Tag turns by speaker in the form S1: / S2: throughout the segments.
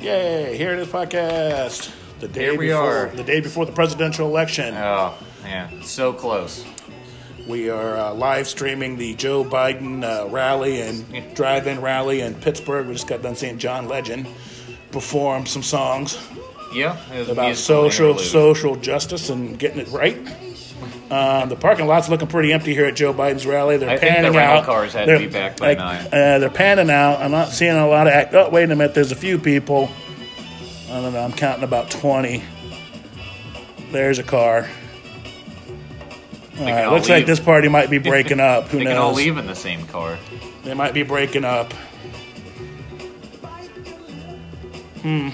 S1: Yay! Here it is, podcast. The day
S2: Here we
S1: before,
S2: are.
S1: The day before the presidential election,
S2: Oh man, so close.
S1: we are uh, live streaming the Joe Biden uh, rally and drive-in rally in Pittsburgh. We just got done seeing John Legend perform some songs
S2: Yeah, it was a
S1: about
S2: musical
S1: social
S2: interlude.
S1: social justice and getting it right. Um, the parking lot's looking pretty empty here at Joe Biden's rally. They're
S2: I think the
S1: panning
S2: rental
S1: out.
S2: cars had to
S1: They're-
S2: be back by
S1: like,
S2: nine.
S1: Uh, they're panning out. I'm not seeing a lot of act. Oh, wait a minute. There's a few people. I don't know. I'm counting about 20. There's a car. All
S2: can
S1: right,
S2: all
S1: looks like
S2: leave.
S1: this party might be breaking up. Who
S2: They
S1: knows?
S2: can all leave in the same car.
S1: They might be breaking up. Hmm.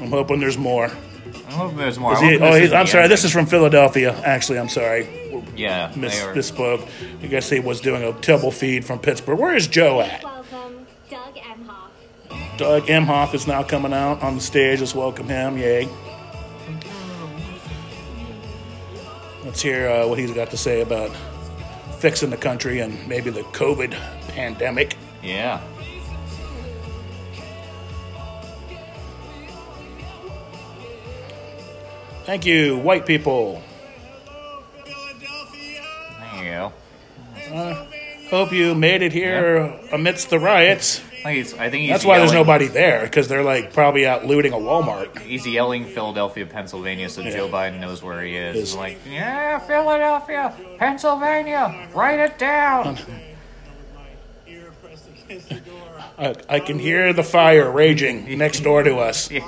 S1: I'm hoping there's more.
S2: I hope there's more.
S1: Is
S2: I
S1: he-
S2: hope
S1: oh,
S2: this
S1: he's-
S2: isn't
S1: I'm
S2: the
S1: sorry.
S2: end.
S1: This is from Philadelphia. Actually, I'm sorry.
S2: yeah.
S1: Miss,
S2: they are-
S1: misspoke. I guess he was doing a tibble feed from Pittsburgh. Where is Joe at?
S3: Welcome, Doug Emhoff.
S1: Doug Emhoff is now coming out on the stage. Let's welcome him. Yay. Let's hear uh, what he's got to say about fixing the country and maybe the COVID pandemic.
S2: yeah.
S1: Thank you, white people.
S2: There you go.
S1: Hope you made it here amidst the riots.
S2: I think he's- I think he's
S1: That's why there's
S2: yelling-
S1: nobody there because they're like probably out looting a Walmart.
S2: He's yelling Philadelphia, Pennsylvania, so Joe Biden knows where he is.
S1: Is-
S2: He's like, yeah, Philadelphia, Pennsylvania, write it down.
S1: I, I can hear the fire raging next door to us.
S2: Yeah.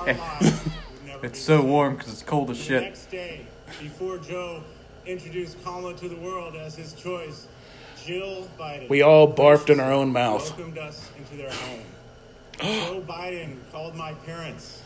S2: it's so warm because it's cold as shit.
S4: Next day, before Joe introduced Kamala to the world as his choice, Jill Biden
S1: We all barfed in our own mouth.
S4: welcomed us into their home. Joe Biden called my parents.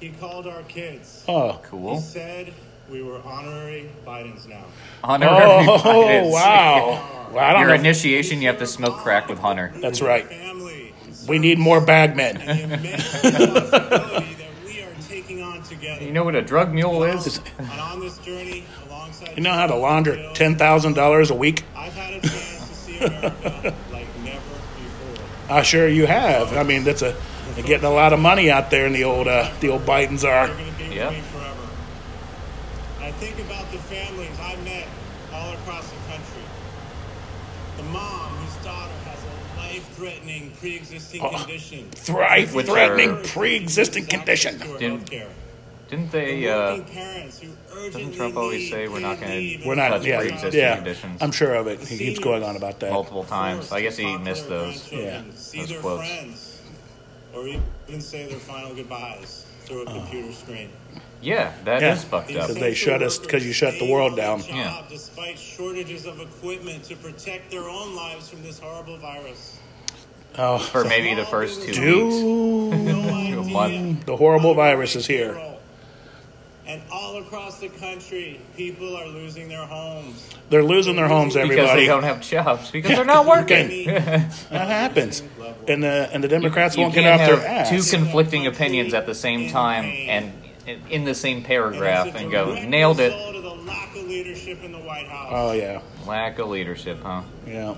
S4: He called our kids.
S1: Oh,
S4: He
S2: Cool.
S4: said we were honorary Bidens now.
S2: Honorary
S1: oh
S2: Bidens.
S1: wow. Well, I don't
S2: Your
S1: know. if-
S2: initiation, you have to smoke crack with Hunter.
S1: That's right.
S4: Family.
S1: We need more bagmen.
S4: The immense responsibility that we are taking on together.
S2: You know what a drug mule is?
S4: and on this journey alongside
S1: You know how to launder
S4: Jill,
S1: ten thousand dollars a week?
S4: I've had a chance to see America like never before.
S1: I sure you have. I mean, that's a they're getting a lot of money out there in the old uh, the old Bidens are.
S4: are going to be
S2: Yeah.
S4: with me forever. I think about the families I met all across the country. The mom whose daughter has a life-threatening pre-existing condition.
S1: Thrive
S2: With
S1: Uh-huh. threatening
S2: her-
S1: pre-existing condition.
S2: Didn't-
S4: Didn't,
S2: Didn't they? Uh,
S4: working parents who
S2: doesn't
S4: urgently
S2: Trump always
S4: need
S2: say we're not
S4: paid
S2: gonna-
S4: leave and
S1: We're not.
S2: That's
S1: Yeah,
S2: pre-existing
S1: yeah.
S2: conditions.
S1: I'm sure of it. He keeps going on about that.
S2: multiple times. I guess he missed those.
S1: Yeah.
S4: See
S2: Those
S4: their
S2: quotes.
S4: friends, or even say their final goodbyes through a computer screen.
S2: Yeah, that is
S1: Yeah.
S2: fucked up.
S1: Because Uh, they shut us- 'cause you shut the world down.
S2: Yeah.
S4: Despite shortages of equipment to protect their own lives from this horrible virus.
S1: Oh,
S2: For maybe the first two weeks.
S1: do
S2: To a month.
S1: the horrible virus is here.
S4: And all across the country, people are losing their homes.
S1: They're losing their homes.
S2: Because
S1: Everybody.
S2: they don't have jobs. Because they're not working.
S4: Many
S1: That happens, and the and the Democrats
S2: You
S1: won't get
S2: can't
S1: off their
S2: have
S1: ass.
S2: two conflicting opinions at the same time and in the same paragraph and go, nailed
S4: As a
S2: it.
S4: direct result of the lack of leadership in the White House.
S1: oh yeah,
S2: Lack of leadership, huh?
S1: yeah.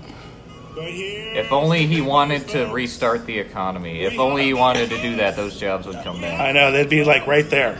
S4: But here,
S2: If only he wanted to restart the economy. If only he wanted to do that, those jobs would come back.
S1: I know they'd be like right there.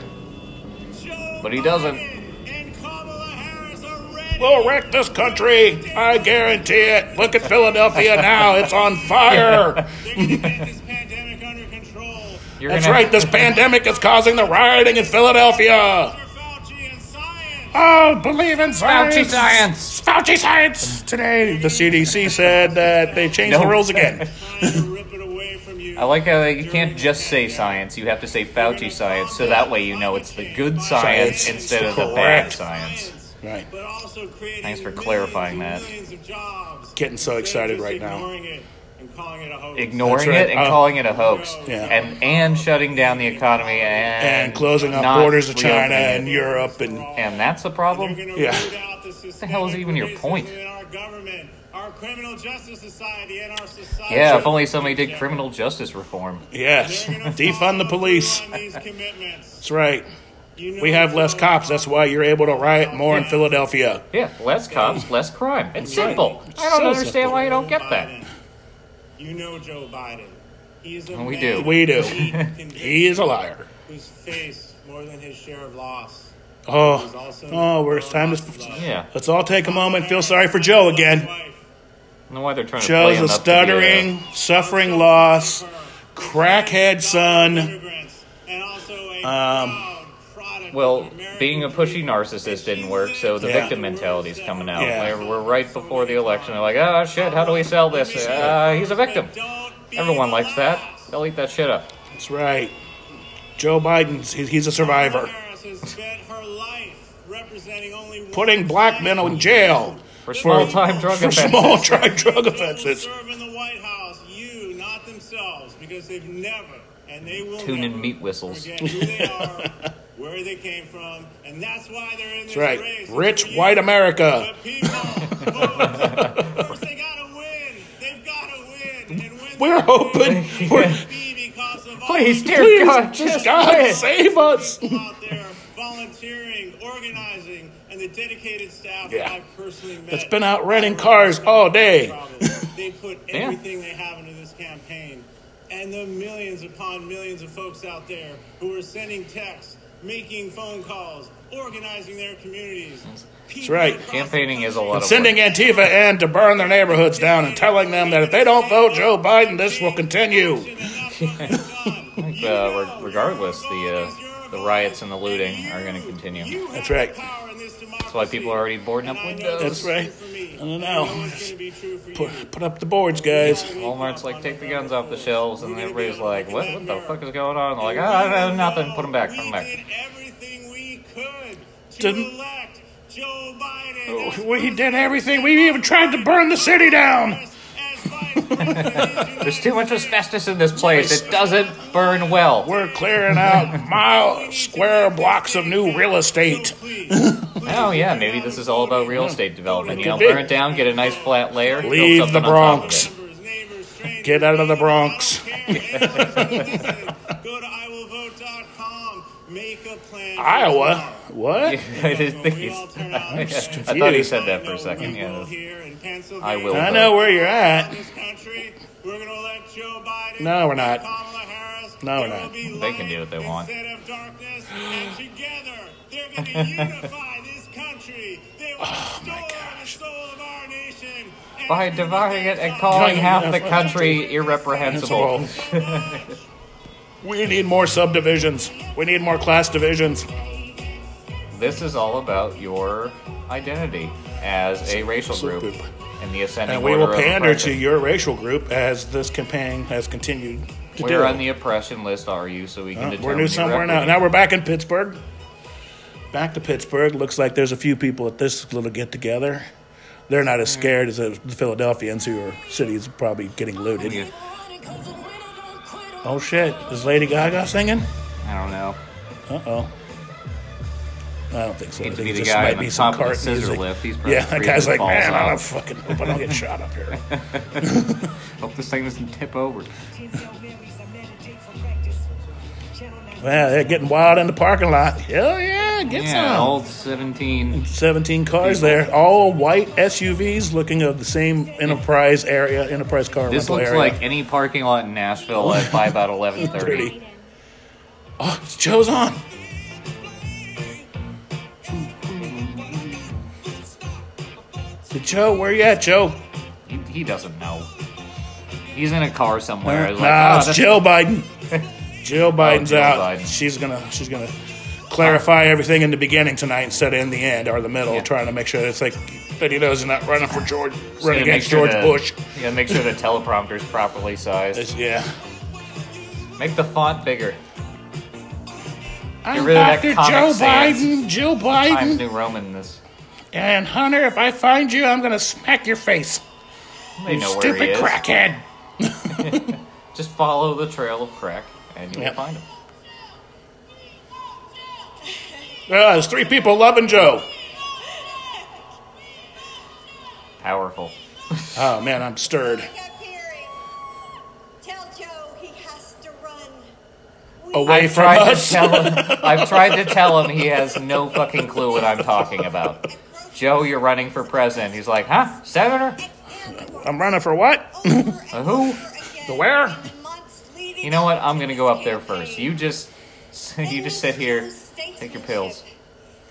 S4: Joe
S2: But he doesn't.
S4: Biden And Kamala Harris are ready.
S1: We'll wreck this country. I guarantee it. Look at Philadelphia now; it's on fire.
S4: They're going to get this pandemic under control.
S2: You're
S1: That's
S2: gonna-
S1: right. This pandemic is causing the rioting in Philadelphia.
S2: Uh.
S4: Dr. Fauci and science.
S1: Oh, believe in science.
S2: Fauci science.
S1: Fauci science. Today, the CDC said that they changed the
S2: No.
S1: rules again.
S4: Trying to rip it away from you.
S2: I like how you can't just say science, you have to say Fauci science, so that way you know it's the good science,
S1: Science.
S2: instead of the
S1: Correct.
S2: bad science.
S1: Right.
S4: But also creating
S2: Thanks for
S4: millions
S2: clarifying
S4: and
S2: that.
S4: millions of jobs.
S1: Getting so
S4: They're
S1: excited
S4: just
S1: right now.
S4: Ignoring it and calling it a hoax.
S2: Ignoring
S1: That's right.
S2: it and
S1: Uh,
S2: calling it a hoax,
S1: Yeah.
S2: and and shutting down the economy and,
S1: And closing up
S2: not
S1: borders to China
S2: reopening it.
S1: and Europe and
S2: and that's the
S4: They're
S2: problem.
S4: gonna
S1: Um, Yeah.
S4: root out the systemic
S2: hell is even your
S4: racism
S2: point?
S4: In our government, our criminal justice society, and our society.
S2: Yeah, if only somebody did criminal justice reform.
S1: yes,
S4: They're gonna
S1: defund the
S4: follow
S1: police.
S4: through on these commitments.
S1: That's right.
S4: You know
S1: We have less
S4: Joe
S1: cops. That's why you're able to riot more in Philadelphia.
S2: Yeah, less cops, less crime. It's simple. I
S1: So
S2: don't understand
S1: simple.
S2: why you don't get
S4: Biden.
S2: that.
S4: You know Joe Biden. He's a
S2: We
S4: man
S2: do.
S1: We do.
S4: deep
S1: He
S4: conviction
S1: is a liar.
S4: Who's faced more than his share of loss. He's
S1: Oh,
S4: also
S1: oh, we're, it's time to.
S2: Yeah.
S1: Let's all take a moment and feel sorry for Joe again.
S2: I don't know why they're trying to uh, play
S1: Joe's
S2: him
S1: a
S2: up to be a-
S1: stuttering, suffering loss, crackhead son.
S4: Um,
S2: Well, being a pushy narcissist didn't work, so the
S1: Yeah.
S2: victim mentality is coming out.
S1: Yeah.
S2: We're, we're right before the election. They're like, oh shit, how do we sell this? Uh, he's a victim. Everyone likes that. They'll eat that shit up.
S1: That's right. Joe Biden's, he, he's a survivor.
S4: Harris has spent her life representing only one
S1: Putting black men in jail
S2: For small time drug
S1: for
S2: offenses.
S1: small drug, drug
S4: People who
S1: offenses.
S4: serve in the White House, you, not themselves, because they've never and they will
S2: Tune in
S4: never
S2: meat whistles.
S4: forget who they are, where they came from, and that's why they're in this
S1: That's right.
S4: race.
S1: Rich
S4: You-
S1: white America.
S4: The people vote. First, they gotta win. They've gotta win. And when
S1: We're
S4: they
S1: hoping.
S4: win,
S1: We're,
S4: it'll be because of all
S2: Please,
S4: the
S2: dear
S1: please,
S2: God,
S1: just
S2: just
S1: God,
S2: quit.
S1: save us.
S4: people out there volunteering, organizing, and the dedicated staff
S1: Yeah.
S4: that I've personally met.
S1: That's been out renting cars all day.
S4: they put
S2: Yeah.
S4: everything they have into this campaign. And the millions upon millions of folks out there who are sending texts, making phone calls, organizing their communities. That's
S1: right.
S2: Campaigning is a lot of
S1: Sending
S2: work.
S1: Antifa in to burn their neighborhoods down and telling them that if they don't vote Joe Biden, this will continue.
S2: Uh, reg- regardless, the uh, the riots and the looting are going to continue.
S1: That's right.
S4: That's
S2: That's why people are already boarding up windows.
S1: That's right.
S4: I
S1: I don't know.
S4: Put,
S1: Put, put up the boards, guys.
S2: Walmart's like, take the guns off the shelves, and everybody's like, what, what the fuck is going on? They're like, ah, nothing, put them back, put them
S4: We
S2: back.
S4: did everything we could to
S1: Didn't-
S4: elect Joe Biden.
S1: We did everything. We even tried to burn the city down.
S4: as- as Vice President of the United
S2: There's too much asbestos in this place. It doesn't burn well.
S1: We're clearing out mile square blocks of new real estate.
S4: States. Please,
S2: Oh yeah, maybe this is all about real estate development. You know,
S1: could be.
S2: burn it down, get a nice flat layer. build
S1: Leave
S2: something
S1: the
S2: on top of
S1: Bronx.
S2: it.
S4: neighbors, neighbors, strangers,
S1: Get out of the Bronx.
S4: I don't care. Anyone who's Go to iwillvote.com. Make a plan. for
S1: Iowa?
S4: tomorrow.
S1: What?
S2: I didn't think
S4: We all
S2: he's.
S4: turn out.
S2: I thought he said that for a second.
S4: We will
S2: Yeah,
S4: here in Pennsylvania.
S2: I will.
S1: I know where you're at.
S4: This country, we're going to elect Joe Biden.
S1: No, we're not.
S4: Kamala Harris.
S1: No, we're
S4: There will
S1: not.
S4: be
S2: They can
S4: light
S2: do what they want.
S4: Instead of darkness, and together they're going to unify this country. They will
S1: Oh
S4: restore the soul of our nation. And
S2: by
S4: if you
S2: dividing
S4: look
S2: it and
S4: outside,
S2: calling half the country irreprehensible.
S1: We need more subdivisions. We need more class divisions.
S2: This is all about your identity as a racial group and the ascending
S1: And we
S2: order
S1: will
S2: of
S1: pander to
S2: oppression.
S1: your racial group as this campaign has continued to do.
S2: Where on the oppression list are you? So we can
S1: Uh,
S2: determine.
S1: we're new
S2: your
S1: somewhere now.
S2: equity.
S1: Now we're back in Pittsburgh. Back to Pittsburgh. Looks like there's a few people at this little get together. They're not
S2: Hmm.
S1: as scared as the Philadelphians, who are cities probably getting looted.
S2: Yeah,
S1: Oh shit! Is Lady Gaga singing?
S2: I don't know.
S1: Uh oh. I don't think so. I
S2: Hate to
S1: think
S2: be
S1: it
S2: the
S1: just
S2: guy
S1: might
S2: on
S1: be
S2: the
S1: some
S2: top of the
S1: cart
S2: scissor
S1: music.
S2: lift. He's probably
S1: Yeah, that
S2: freezing
S1: guy's like,
S2: balls
S1: man, I
S2: off.
S1: don't fucking hope I don't get shot up here.
S2: Hope this thing doesn't tip over.
S1: Well, they're getting wild in the parking lot. Hell yeah, get
S2: Yeah,
S1: some.
S2: old 17.
S1: 17 cars there, all white SUVs looking of the same Enterprise area, Enterprise car
S2: This
S1: rental
S2: looks
S1: area.
S2: like any parking lot in Nashville at by about 11:30.
S1: Pretty. oh, Joe's on. So Joe, where you at, Joe?
S2: He, he doesn't know. He's in a car somewhere. He's like, "Ah,
S1: nah, it's
S2: that's- Oh,
S1: Jill Biden. Jill Biden's
S2: Jill
S1: out.
S2: Biden.
S1: She's gonna she's gonna clarify everything in the beginning tonight instead of in the end or the middle,
S2: Yeah.
S1: trying to make sure it's like that he knows he's not running for George,
S2: you gotta
S1: running against
S2: make sure
S1: George
S2: the-
S1: Bush.
S2: You gotta make sure the teleprompter's properly sized.
S1: It's- yeah.
S2: Make the font bigger.
S1: I'm
S2: rid of that
S1: Dr.
S2: Comic
S1: Joe
S2: Sans.
S1: Biden, Jill
S2: Times
S1: Biden,
S2: New Roman this.
S1: and Hunter. If I find you, I'm gonna smack your face,
S2: They know where he
S1: stupid
S2: is.
S1: crackhead.
S2: Just follow the trail of crack, and you'll
S1: Yep.
S2: find him.
S1: Uh, there's three people loving Joe.
S2: Powerful.
S1: Oh man, I'm stirred.
S5: up here and tell Joe he has to run. We
S1: Away
S2: I've
S1: from
S2: tried to
S1: us.
S2: tell him. I've tried to tell him he has no fucking clue what I'm talking about. Joe, you're running for president. He's like, huh? Senator?
S5: and
S1: I'm running for what?
S5: over and
S2: Uh, who?
S5: over again
S1: The where?
S5: in months
S2: You know what? I'm gonna go up there first. You just you just sit here, take your pills.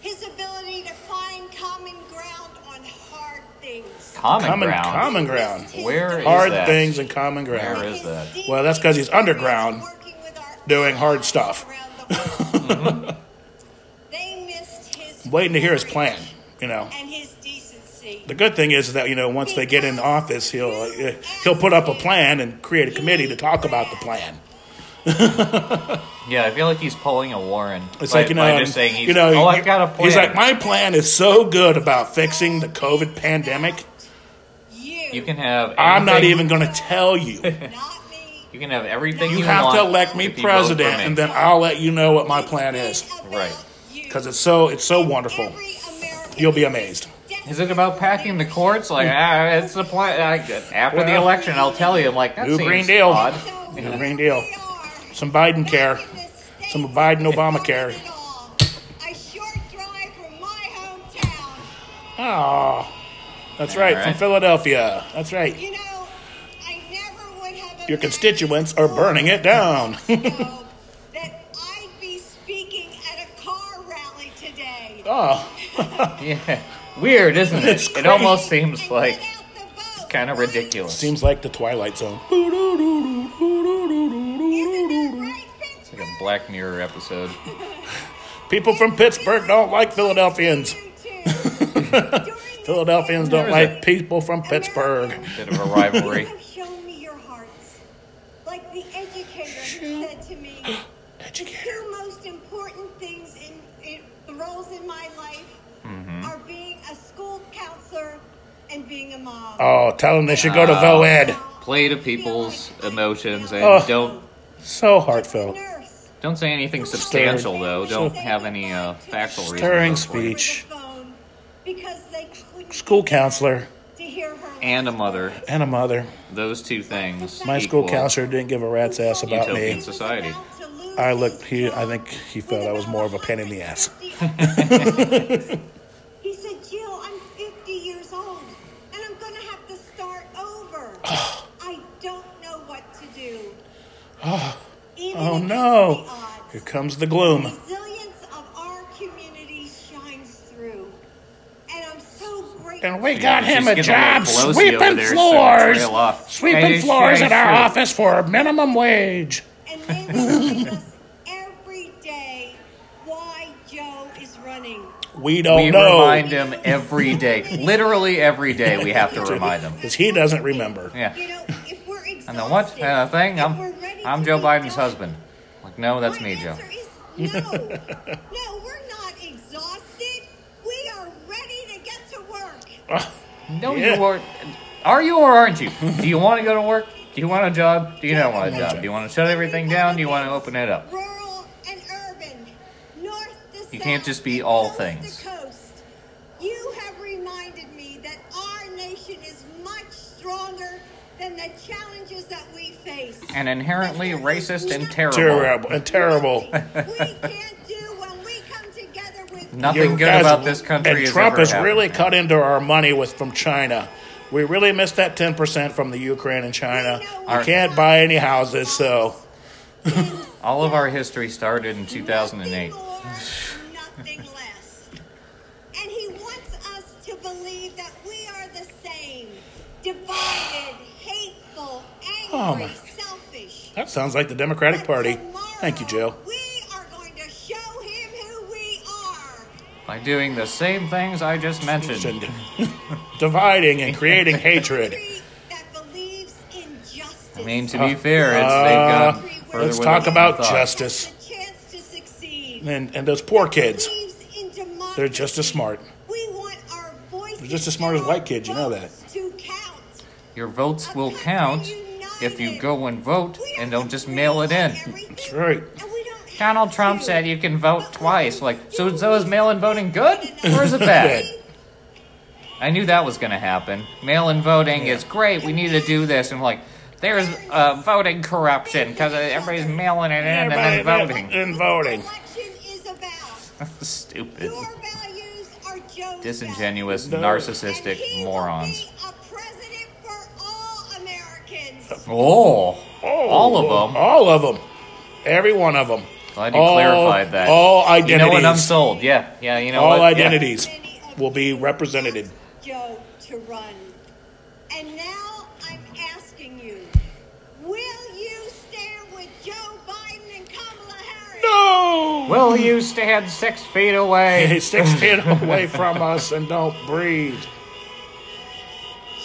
S5: His ability to find common ground on hard things.
S2: Common,
S1: Common,
S2: ground.
S1: common ground.
S2: Where is
S1: Hard
S2: that?
S1: things and common ground.
S2: Where is that?
S1: Well, that's 'cause he's underground doing hard stuff.
S5: they missed his
S1: Waiting to hear his
S5: courage
S1: plan, you know.
S5: And his decency.
S1: The good thing is that you know once they get in office, he'll uh, he'll put up a plan and create a committee to talk about the plan.
S2: Yeah, I feel like he's pulling a Warren.
S1: It's
S2: by,
S1: like you know,
S2: by just saying he's,
S1: you know,
S2: oh, I've got a plan.
S1: he's like, my plan is so good about fixing the COVID pandemic.
S5: you,
S2: you can have.
S1: I'm not
S2: anything-
S1: even going to tell you.
S5: not me.
S2: You can have everything you,
S1: You have
S2: want
S1: to elect me
S2: if you vote for
S1: president,
S2: me.
S1: and then I'll let you know what my plan is
S5: Think about
S2: Right.
S5: you.
S1: because it's so it's so wonderful.
S5: Every American
S1: You'll be amazed.
S2: Is it about packing the courts? Like, ah, it's the plan. I, after the
S1: Hmm. Well-
S2: election, I'll tell you. I'm like, that
S1: New
S2: seems
S1: Green Deal.
S2: odd.
S5: So
S1: New
S5: here
S1: Green
S5: we
S1: Deal.
S5: are,
S1: Some Biden care,
S5: in this state
S1: some Biden Obamacare.
S5: of it all. A short drive from my hometown.
S1: Oh, that's right, from
S2: Alright.
S1: Philadelphia. That's right.
S5: You know, I never would have
S1: Your constituents are burning it down.
S5: imagined, though, that I'd be speaking at a car rally today.
S1: Oh,
S2: Yeah. Weird, isn't it?
S1: It's
S2: it almost
S1: crazy.
S2: seems
S5: And
S2: like
S5: get out the vote.
S2: kind of ridiculous.
S1: seems like the Twilight Zone.
S5: Isn't that right, Vince?
S2: like a Black Mirror episode.
S1: People from Pittsburgh don't like Philadelphians.
S5: You too. During
S1: Philadelphians don't
S2: There's
S1: like people from Pittsburgh.
S2: Bit of a rivalry.
S5: You've shown me your hearts. Like the educator who said to me, the
S1: Educator.
S5: two most important things in, in the roles in my life
S1: Mm-hmm.
S5: are being a school counselor and being a mom.
S1: Oh, tell them they should go to
S2: Ah.
S1: Voed.
S2: Play to people's emotions and
S1: Oh.
S2: don't
S1: So heartfelt.
S5: Nurse.
S2: don't say anything substantial though. Don't have any uh, factual reason. to
S1: Stirring
S2: vote for you.
S5: Over the
S1: Each.
S5: phone because they couldn't
S1: School counselor
S5: to hear her.
S2: And a mother.
S1: and a mother.
S2: Those two things.
S1: My school
S2: equal.
S1: counselor didn't give a rat's ass about me.
S2: Utopians. society.
S1: I looked. He, I think he felt I was more of a pain in the ass.
S5: he said, Jill, I'm 50 years old and I'm going to have to start over. I don't know what to do. Even
S1: Oh
S5: against
S1: no!
S5: the odds,
S1: Here comes the gloom.
S5: The resilience of our community shines through. And I'm so grateful.
S1: And we got
S2: she's
S1: him a
S2: getting a
S1: job
S2: little Pelosi over
S1: sweeping
S2: there, so
S1: floors,
S2: trail off. Hey,
S1: sweeping
S2: it's
S1: floors
S2: very
S1: at our
S2: true.
S1: office for minimum wage.
S5: and they will give us every day why Joe is running.
S1: We don't
S2: We
S1: know
S2: remind him every day. Literally every day we have to remind him.
S1: because he doesn't remember.
S2: Yeah.
S5: You know, if we're exhausted,
S2: And then what? Uh, thing?
S5: if
S2: I'm
S5: we're ready
S2: I'm
S5: to
S2: Joe
S5: be
S2: Biden's
S5: done,
S2: husband. Like, no, that's
S5: my
S2: me, Joe.
S5: answer is No, no, we're not exhausted. We are ready to get to work.
S2: No,
S1: Yeah.
S2: you are. Are you or aren't you? Do you want to go to work? Do you want a job? Do you not want a job? Do you want to shut everything down? Do you want to open it up?
S5: Rural and urban, north to
S2: You
S5: south,
S2: can't just be
S5: and
S2: all
S5: coast
S2: things.
S5: To coast. You have reminded me that our nation is much stronger than the challenges that we face.
S2: And inherently racist and terrible.
S1: Terrible and terrible.
S5: we can't do when we come together with
S2: Nothing
S1: You
S2: good
S1: guys-
S2: about this country
S1: And
S2: has
S1: Trump
S2: ever
S1: has
S2: happened.
S1: really cut into our money with from China. We really missed that ten percent from the Ukraine and China.
S5: Our-
S1: We can't buy any houses, so
S2: All of our history started in 2008.
S5: Nothing more, nothing less. And he wants us to believe that we are the same. Divided, hateful,
S1: Oh,
S5: angry,
S1: my-
S5: selfish.
S1: that sounds like the Democratic
S5: But
S1: Party.
S5: tomorrow,
S1: Thank you, Joe.
S5: We are going to show him who we are.
S2: By doing the same things I just mentioned.
S1: Dividing and creating hatred.
S5: Country that believes in justice.
S2: I mean, to be
S1: Oh.
S2: fair, it's they've gone further
S1: Uh, Let's
S2: with
S1: talk
S2: it than
S1: about
S2: thought.
S1: justice
S5: The chance to succeed.
S1: and and those poor kids.
S5: Believes in democracy.
S1: They're just as smart.
S5: We want our voices.
S1: They're just as smart as
S5: and
S1: white
S5: our
S1: kids, you know that.
S5: votes To count.
S2: Your votes will count if you go and vote and don't just mail it in.
S5: That's
S1: right.
S2: Donald Trump said you can vote twice. Like, so, so is mail-in voting good or is it bad? I knew that was going to happen. Mail-in voting is great. We need to do this. And like, there's uh, voting corruption because everybody's mailing it in and then
S1: Everybody
S2: voting.
S1: And voting.
S5: Election is about
S2: Stupid,
S5: your values are Joe's
S2: disingenuous,
S1: No.
S5: values, and he
S2: narcissistic
S5: will
S2: morons.
S5: be a president for all Americans.
S2: Oh, all of them.
S1: All of them. Every one of them.
S2: Glad you clarified that.
S1: All identities.
S2: You know what? I'm sold. Yeah, yeah. You know
S1: all
S2: what? Yeah.
S1: identities will be represented.
S5: asked Joe to run. And now I'm asking you, will you stand with Joe Biden and Kamala Harris?
S1: No.
S2: Will you stand six feet away?
S1: Six feet away from us and don't breathe.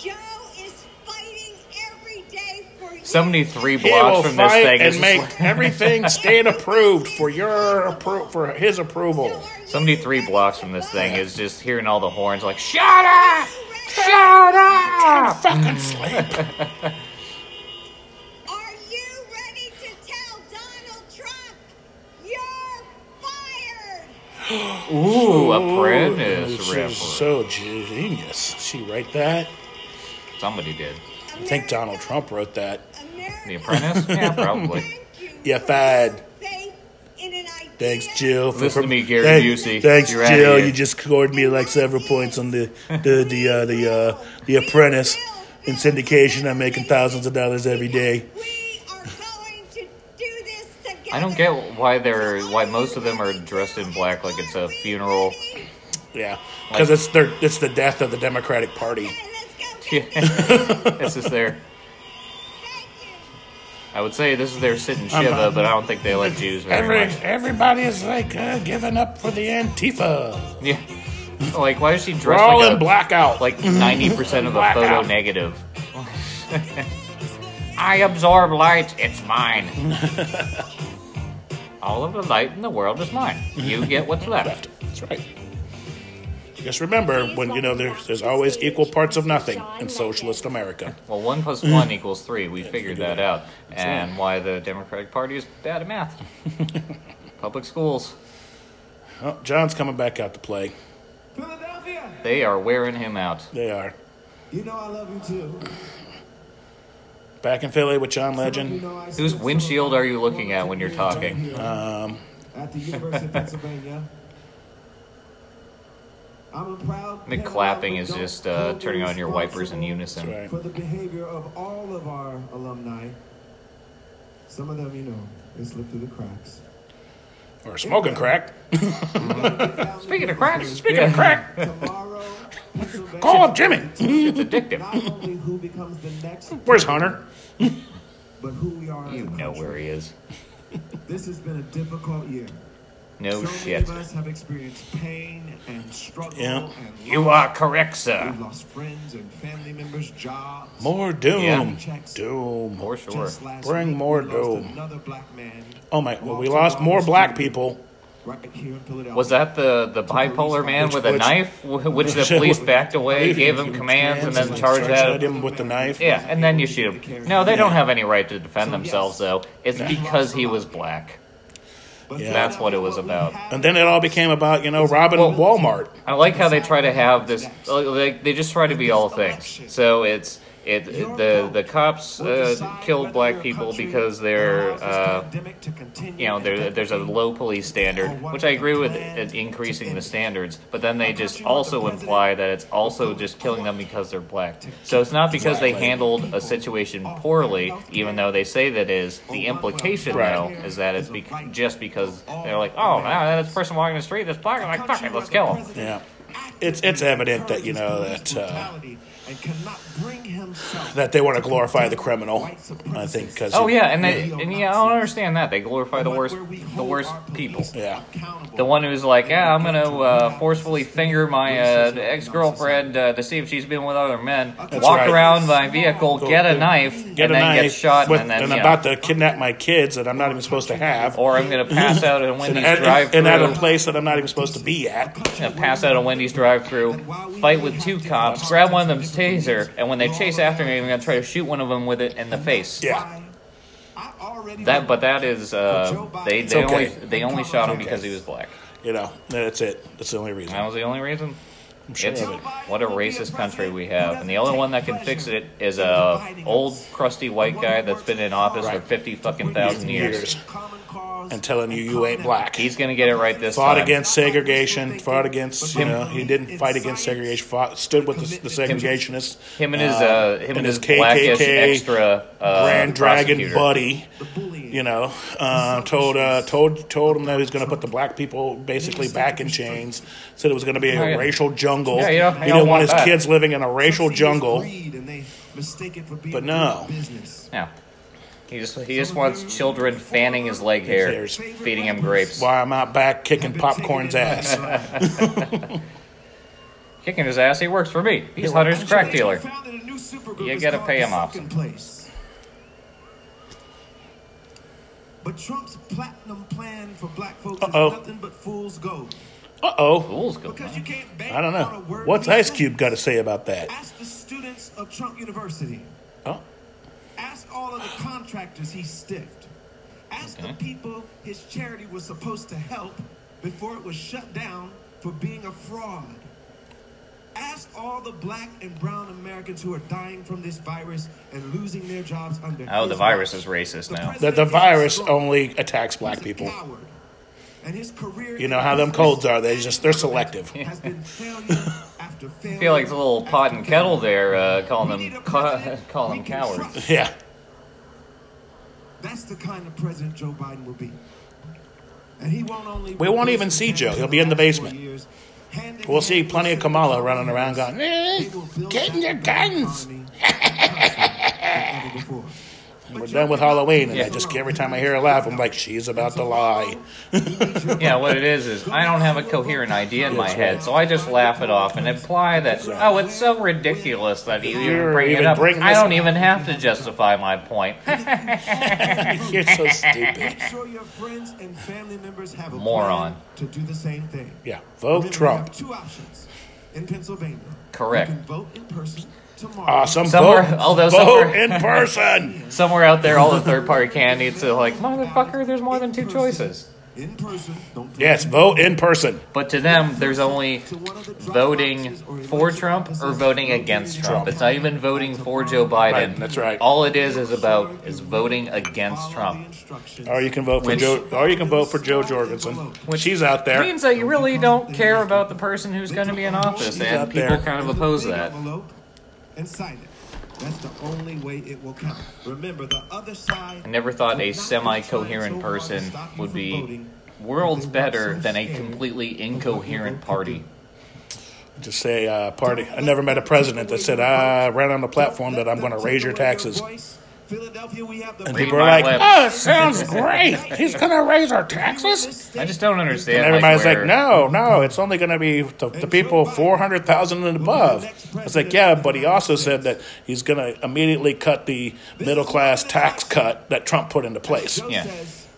S5: Joe is fighting every day for you.
S2: Seventy-three
S1: He will
S2: blocks from this
S1: fight
S2: thing. It's
S1: and make
S2: like-
S1: everything stand approved for your appro- for his approval.
S2: Seventy-three blocks from this thing is just hearing all the horns. Like, shut up! Shut up!
S1: Fucking sleep.
S5: Are you ready to tell Donald Trump you're fired?
S2: Ooh,
S1: She's
S2: apprentice rapper.
S1: so genius. She write that?
S2: Somebody did.
S1: I think Donald Trump wrote that.
S5: America,
S2: The apprentice? Yeah, probably.
S5: thank you
S1: Yeah,
S5: for
S1: fad.
S5: your faith in an idea
S1: Thanks, Jill. For
S2: Listen to me, Gary Busey.
S1: Thanks,
S2: You're outta
S1: Jill.
S2: here.
S1: You just scored me like several points on the the the uh, the uh, the Apprentice in syndication. I'm making thousands of dollars every day.
S5: We are going to do this together.
S2: I don't get why they're why most of them are dressed in black like it's a funeral.
S1: Yeah, because it's their it's the death of the Democratic Party.
S5: Hey, let's go get
S2: Yeah. this is their. I would say this is their sit and shiva,
S1: I'm-
S2: but I don't think they let Jews very
S1: Every
S2: much.
S1: everybody is like uh, giving up for the Antifa.
S2: Yeah. Like, why is she
S1: We're
S2: dressed
S1: all
S2: like
S1: in
S2: a,
S1: blackout.
S2: like 90% of a photo
S1: Blackout.
S2: negative? I absorb light, it's mine. all of the light in the world is mine. You get what's left.
S1: That's right. Just remember when you know there's there's always equal parts of nothing in socialist America.
S2: Well, 1 plus 1 equals 3. We figured that out. And why the Democratic Party is bad at math. Public schools.
S1: Oh, John's coming back out to play.
S6: Philadelphia,
S2: They are wearing him out.
S1: They are
S6: you know I love you too.
S1: back in Philly with John
S6: You
S1: Legend.
S6: know I
S2: Whose
S6: spent
S2: windshield
S6: so
S2: are you looking at when you're
S6: much time
S2: talking?
S6: here
S1: Um,
S6: at the University of Pennsylvania. I'm a proud.
S2: The
S6: parent
S2: clapping
S6: of
S2: is
S6: adults
S2: just uh,
S6: who are
S2: turning on your wipers in
S6: responsible
S2: unison.
S1: That's
S6: For the behavior of all of our alumni, some of them, you know, they slip through the cracks.
S1: Or smoking crack.
S2: Speaking of cracks,
S1: Speaking of crack,
S6: tomorrow, Pennsylvania-
S1: call up Jimmy.
S2: it's addictive.
S6: Not only who becomes the next,
S1: Where's Hunter?
S6: but who we are. as a
S2: You know where he is.
S6: country. This has been a difficult year.
S2: No
S6: so
S2: shit.
S6: many of us have experienced pain and struggle.
S1: Yeah.
S6: And
S2: You
S6: loss.
S2: are correct, sir.
S6: We've lost friends and family members, jobs.
S1: More doom.
S6: Yeah.
S1: Doom.
S2: For sure.
S6: Just last
S1: Bring
S6: week,
S1: more
S6: we lost
S1: doom.
S6: Another black man.
S1: Oh my! Well, we
S6: walked
S1: lost
S6: along
S1: more
S6: the
S1: black
S6: street
S1: people.
S6: Right here in Philadelphia.
S2: Was that the, the bipolar man
S1: Which-
S2: with a
S1: which-
S2: knife, wh- which the police backed away, gave him commands, and then charged at him?
S1: him with the knife.
S2: Yeah, and then you shoot him. No, they don't have any right to defend themselves, though. It's because he was black.
S6: But
S1: Yeah.
S2: That's what it was about.
S1: And then it all became about you know robbing
S2: Well-
S1: Walmart.
S2: I like how they try to have this. Like, they just try to be all things. So it's it the the cops uh, killed black people because they're. Uh, you know, there, there's a low police standard, which I agree with it increasing the standards, but then they just also imply that it's also just killing them because they're black. So it's not because they handled a situation poorly, even though they say that is. The implication, though, is that it's bec just because they're like, oh, wow, that person walking the street that's black, I'm like, fuck it, let's kill him.
S1: Yeah. It's- it's evident that, you know, that, uh, that they want to glorify the criminal. I think because
S2: Oh yeah, and they, and yeah, I don't understand that. They glorify the worst, the worst people.
S1: Yeah.
S2: The one who's like, yeah, I'm gonna uh, forcefully finger my uh, ex-girlfriend uh, to see if she's been with other men. Walk
S1: right.
S2: around my vehicle,
S1: Go-
S2: get a
S1: go-
S2: knife,
S1: get
S2: and
S1: a
S2: then
S1: knife
S2: get shot,
S1: with-
S2: and then you know,
S1: about to kidnap my kids that I'm not even supposed to have,
S2: or I'm gonna pass out at a
S1: and,
S2: Wendy's
S1: and,
S2: drive-through,
S1: and at a place that I'm not even supposed to be at.
S2: gonna pass out at a Wendy's drive-through, fight with two cops, grab one of them's taser, and when they chase after me, I'm gonna try to shoot one of them with it in the face.
S1: Yeah.
S2: That, but that is uh, they
S1: It's
S2: they only
S1: okay.
S2: they only shot him
S1: okay.
S2: because he was black.
S1: You know, that's it. That's the only reason.
S2: That was the only reason.
S1: sure
S2: it's
S1: of it.
S2: what a racist country we have, and the only one that can fix it is a old crusty white guy that's been in office for fifty fucking thousand
S1: Years.
S2: years.
S1: and telling you you ain't black.
S2: He's gonna get it right this
S1: fought
S2: time.
S1: against segregation, fought against, you know, he didn't fight against segregation, fought, stood with the, the segregationists. um,
S2: him and his uh, him and his, blackish extra uh,
S1: Grand Dragon
S2: prosecutor.
S1: buddy,
S4: bullying.
S1: you know, uh, told uh, told told him that he was going to put the black people basically back in chains. Said it was going to be a
S2: Oh, yeah.
S1: racial jungle.
S2: Yeah, you don't-
S1: he
S2: you
S1: didn't
S2: don't
S1: want
S2: want
S1: his
S2: that.
S1: kids living in a racial
S4: Some see this
S1: jungle.
S4: breed and they mistake it for being
S1: But no.
S4: business.
S2: Yeah. He just he just wants children fanning his leg hair,
S1: Hairs.
S2: feeding him grapes,
S1: Why I'm out back kicking popcorn's ass.
S2: kicking his ass. He works for me. He's Hunter's crack dealer. You gotta pay him off.
S4: Place. But Trump's platinum plan for black folks
S1: Uh-oh.
S4: is nothing but fool's gold.
S1: Uh oh.
S2: Fool's good.
S4: Because you can't bank
S1: I don't
S4: on a
S1: know.
S4: word
S1: What's
S4: he
S1: Ice
S4: says.
S1: Cube got to say about that?
S4: Ask the students of Trump University.
S1: Oh,
S4: Ask all of the contractors he stiffed. Ask the people his charity was supposed to help before it was shut down for being a fraud. Ask all the black and brown Americans who are dying from this virus and losing their jobs under.
S2: Oh, the
S4: his
S2: virus
S4: watch.
S2: is racist now.
S1: that
S4: president
S1: the
S4: is a
S1: virus
S4: fraud.
S1: only attacks black
S4: He's a
S1: people.
S4: coward. And his career
S1: You know how them colds are. They just they're selective.
S4: has been failure after failure.
S2: I feel like it's a little pot and kettle there, uh, calling
S4: We need a
S2: them ca-
S4: president
S2: calling
S4: we
S2: them
S4: can
S2: cowards.
S4: trust.
S1: Yeah.
S4: That's the kind of president Joe Biden will be. And he won't only
S1: We won't even see Joe. He'll be in the basement. We'll see plenty of Kamala running around going, "Eh, get in your guns.
S4: and
S1: We're done with Halloween, and I
S2: Yeah.
S1: just every time I hear her laugh, I'm like, she's about to lie.
S2: Yeah, what it is is I don't have a coherent idea in my head, so I just laugh it off and imply that oh, it's so ridiculous that you
S1: You're
S2: even bring
S1: even
S2: it up.
S1: bringing
S2: I
S1: this-
S2: don't even have to justify my point.
S1: You're so stupid.
S4: Make sure your friends and family members have a
S2: Moron.
S4: plan to do the same thing.
S1: Yeah, vote
S4: Remember, you
S1: Trump.
S4: have two options in Pennsylvania.
S2: Correct.
S4: You can vote in person tomorrow.
S1: Awesome.
S2: Somewhere-
S1: vote
S2: although
S1: vote
S2: somewhere-
S1: in person.
S2: Somewhere out there, all the third-party candidates are like, motherfucker, there's more than two choices.
S4: In person. Don't
S1: Yes, vote in person.
S2: But to them, there's only voting for Trump or voting against Trump. It's not even voting for Joe Biden.
S1: Right, that's right.
S2: All it is is about is voting against Trump.
S1: Or you can vote for
S2: Which-
S1: Joe. Or you can vote for Joe Jorgensen. She's out
S2: It
S1: there.
S2: means that you really don't care about the person who's going to be in office,
S1: She's
S2: and
S1: out
S2: people
S1: there.
S2: kind of oppose that.
S4: And sign it. That's the only way it will count. Remember, the other side.
S2: I never thought a semi-coherent person would be worlds better than a completely incoherent party.
S1: Just say uh, party. I never met a president that said I ran on the platform that I'm going to raise your taxes.
S4: Philadelphia, we have the
S1: And
S2: Read
S1: people are
S2: my
S1: like,
S2: lips.
S1: "Oh, it sounds great. He's going to raise our taxes."
S2: I just don't understand.
S1: And everybody's like,
S2: like, where-
S1: no, no, it's only going to be the, the people 400,000 and above. It's like, yeah, but he also said that he's going to immediately cut the middle class tax cut that Trump put into place.
S2: Yeah.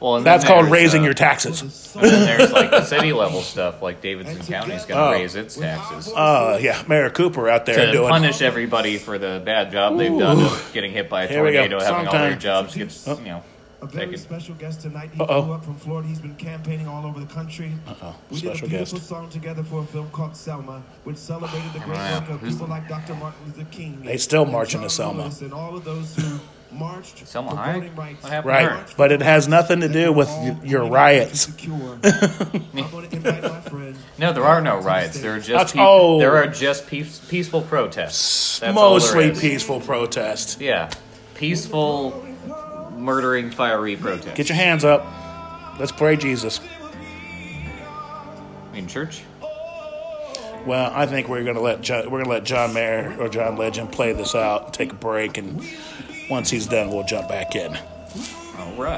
S2: Well, and then
S1: That's called
S2: there's,
S1: raising
S2: uh,
S1: your taxes.
S2: And there's like the city level stuff, like Davidson County's going to
S1: Oh.
S2: raise its taxes
S1: Uh, yeah, Mayor Cooper out there
S2: to
S1: doing.
S2: punish everybody for the bad job they've done of getting hit by a
S1: Here we go.
S2: tornado, having all their
S1: Sometime.
S2: jobs get you know
S4: A very
S2: taken.
S4: special guest tonight. He
S1: Uh-oh.
S4: flew up from Florida. He's been campaigning all over the country. Uh-oh. We
S1: Special
S4: did a beautiful
S1: guest.
S4: song together for a film called Selma, which celebrated the great
S2: Yeah.
S4: work of
S2: Who's-
S4: people like Dr. Martin Luther King.
S1: They still
S4: and
S1: marching to
S4: John
S1: Selma.
S4: Lewis And all of those who marched
S2: Selma
S4: for
S2: Hayek?
S4: voting rights.
S2: What happened to
S1: Right.
S2: her?
S1: But it has nothing to do with y- your riots.
S2: No, there are no riots. There are
S1: That's
S2: just pe-
S1: all.
S2: there are just peace- peaceful protests. That's all there
S1: Mostly
S2: is.
S1: peaceful protest.
S2: Yeah, peaceful murdering fiery protest.
S1: Get your hands up. Let's pray Jesus.
S2: I mean, church.
S1: Well, I think we're gonna let John, we're gonna let John Mayer or John Legend play this out, take a break, and once he's done, we'll jump back in.
S2: All right.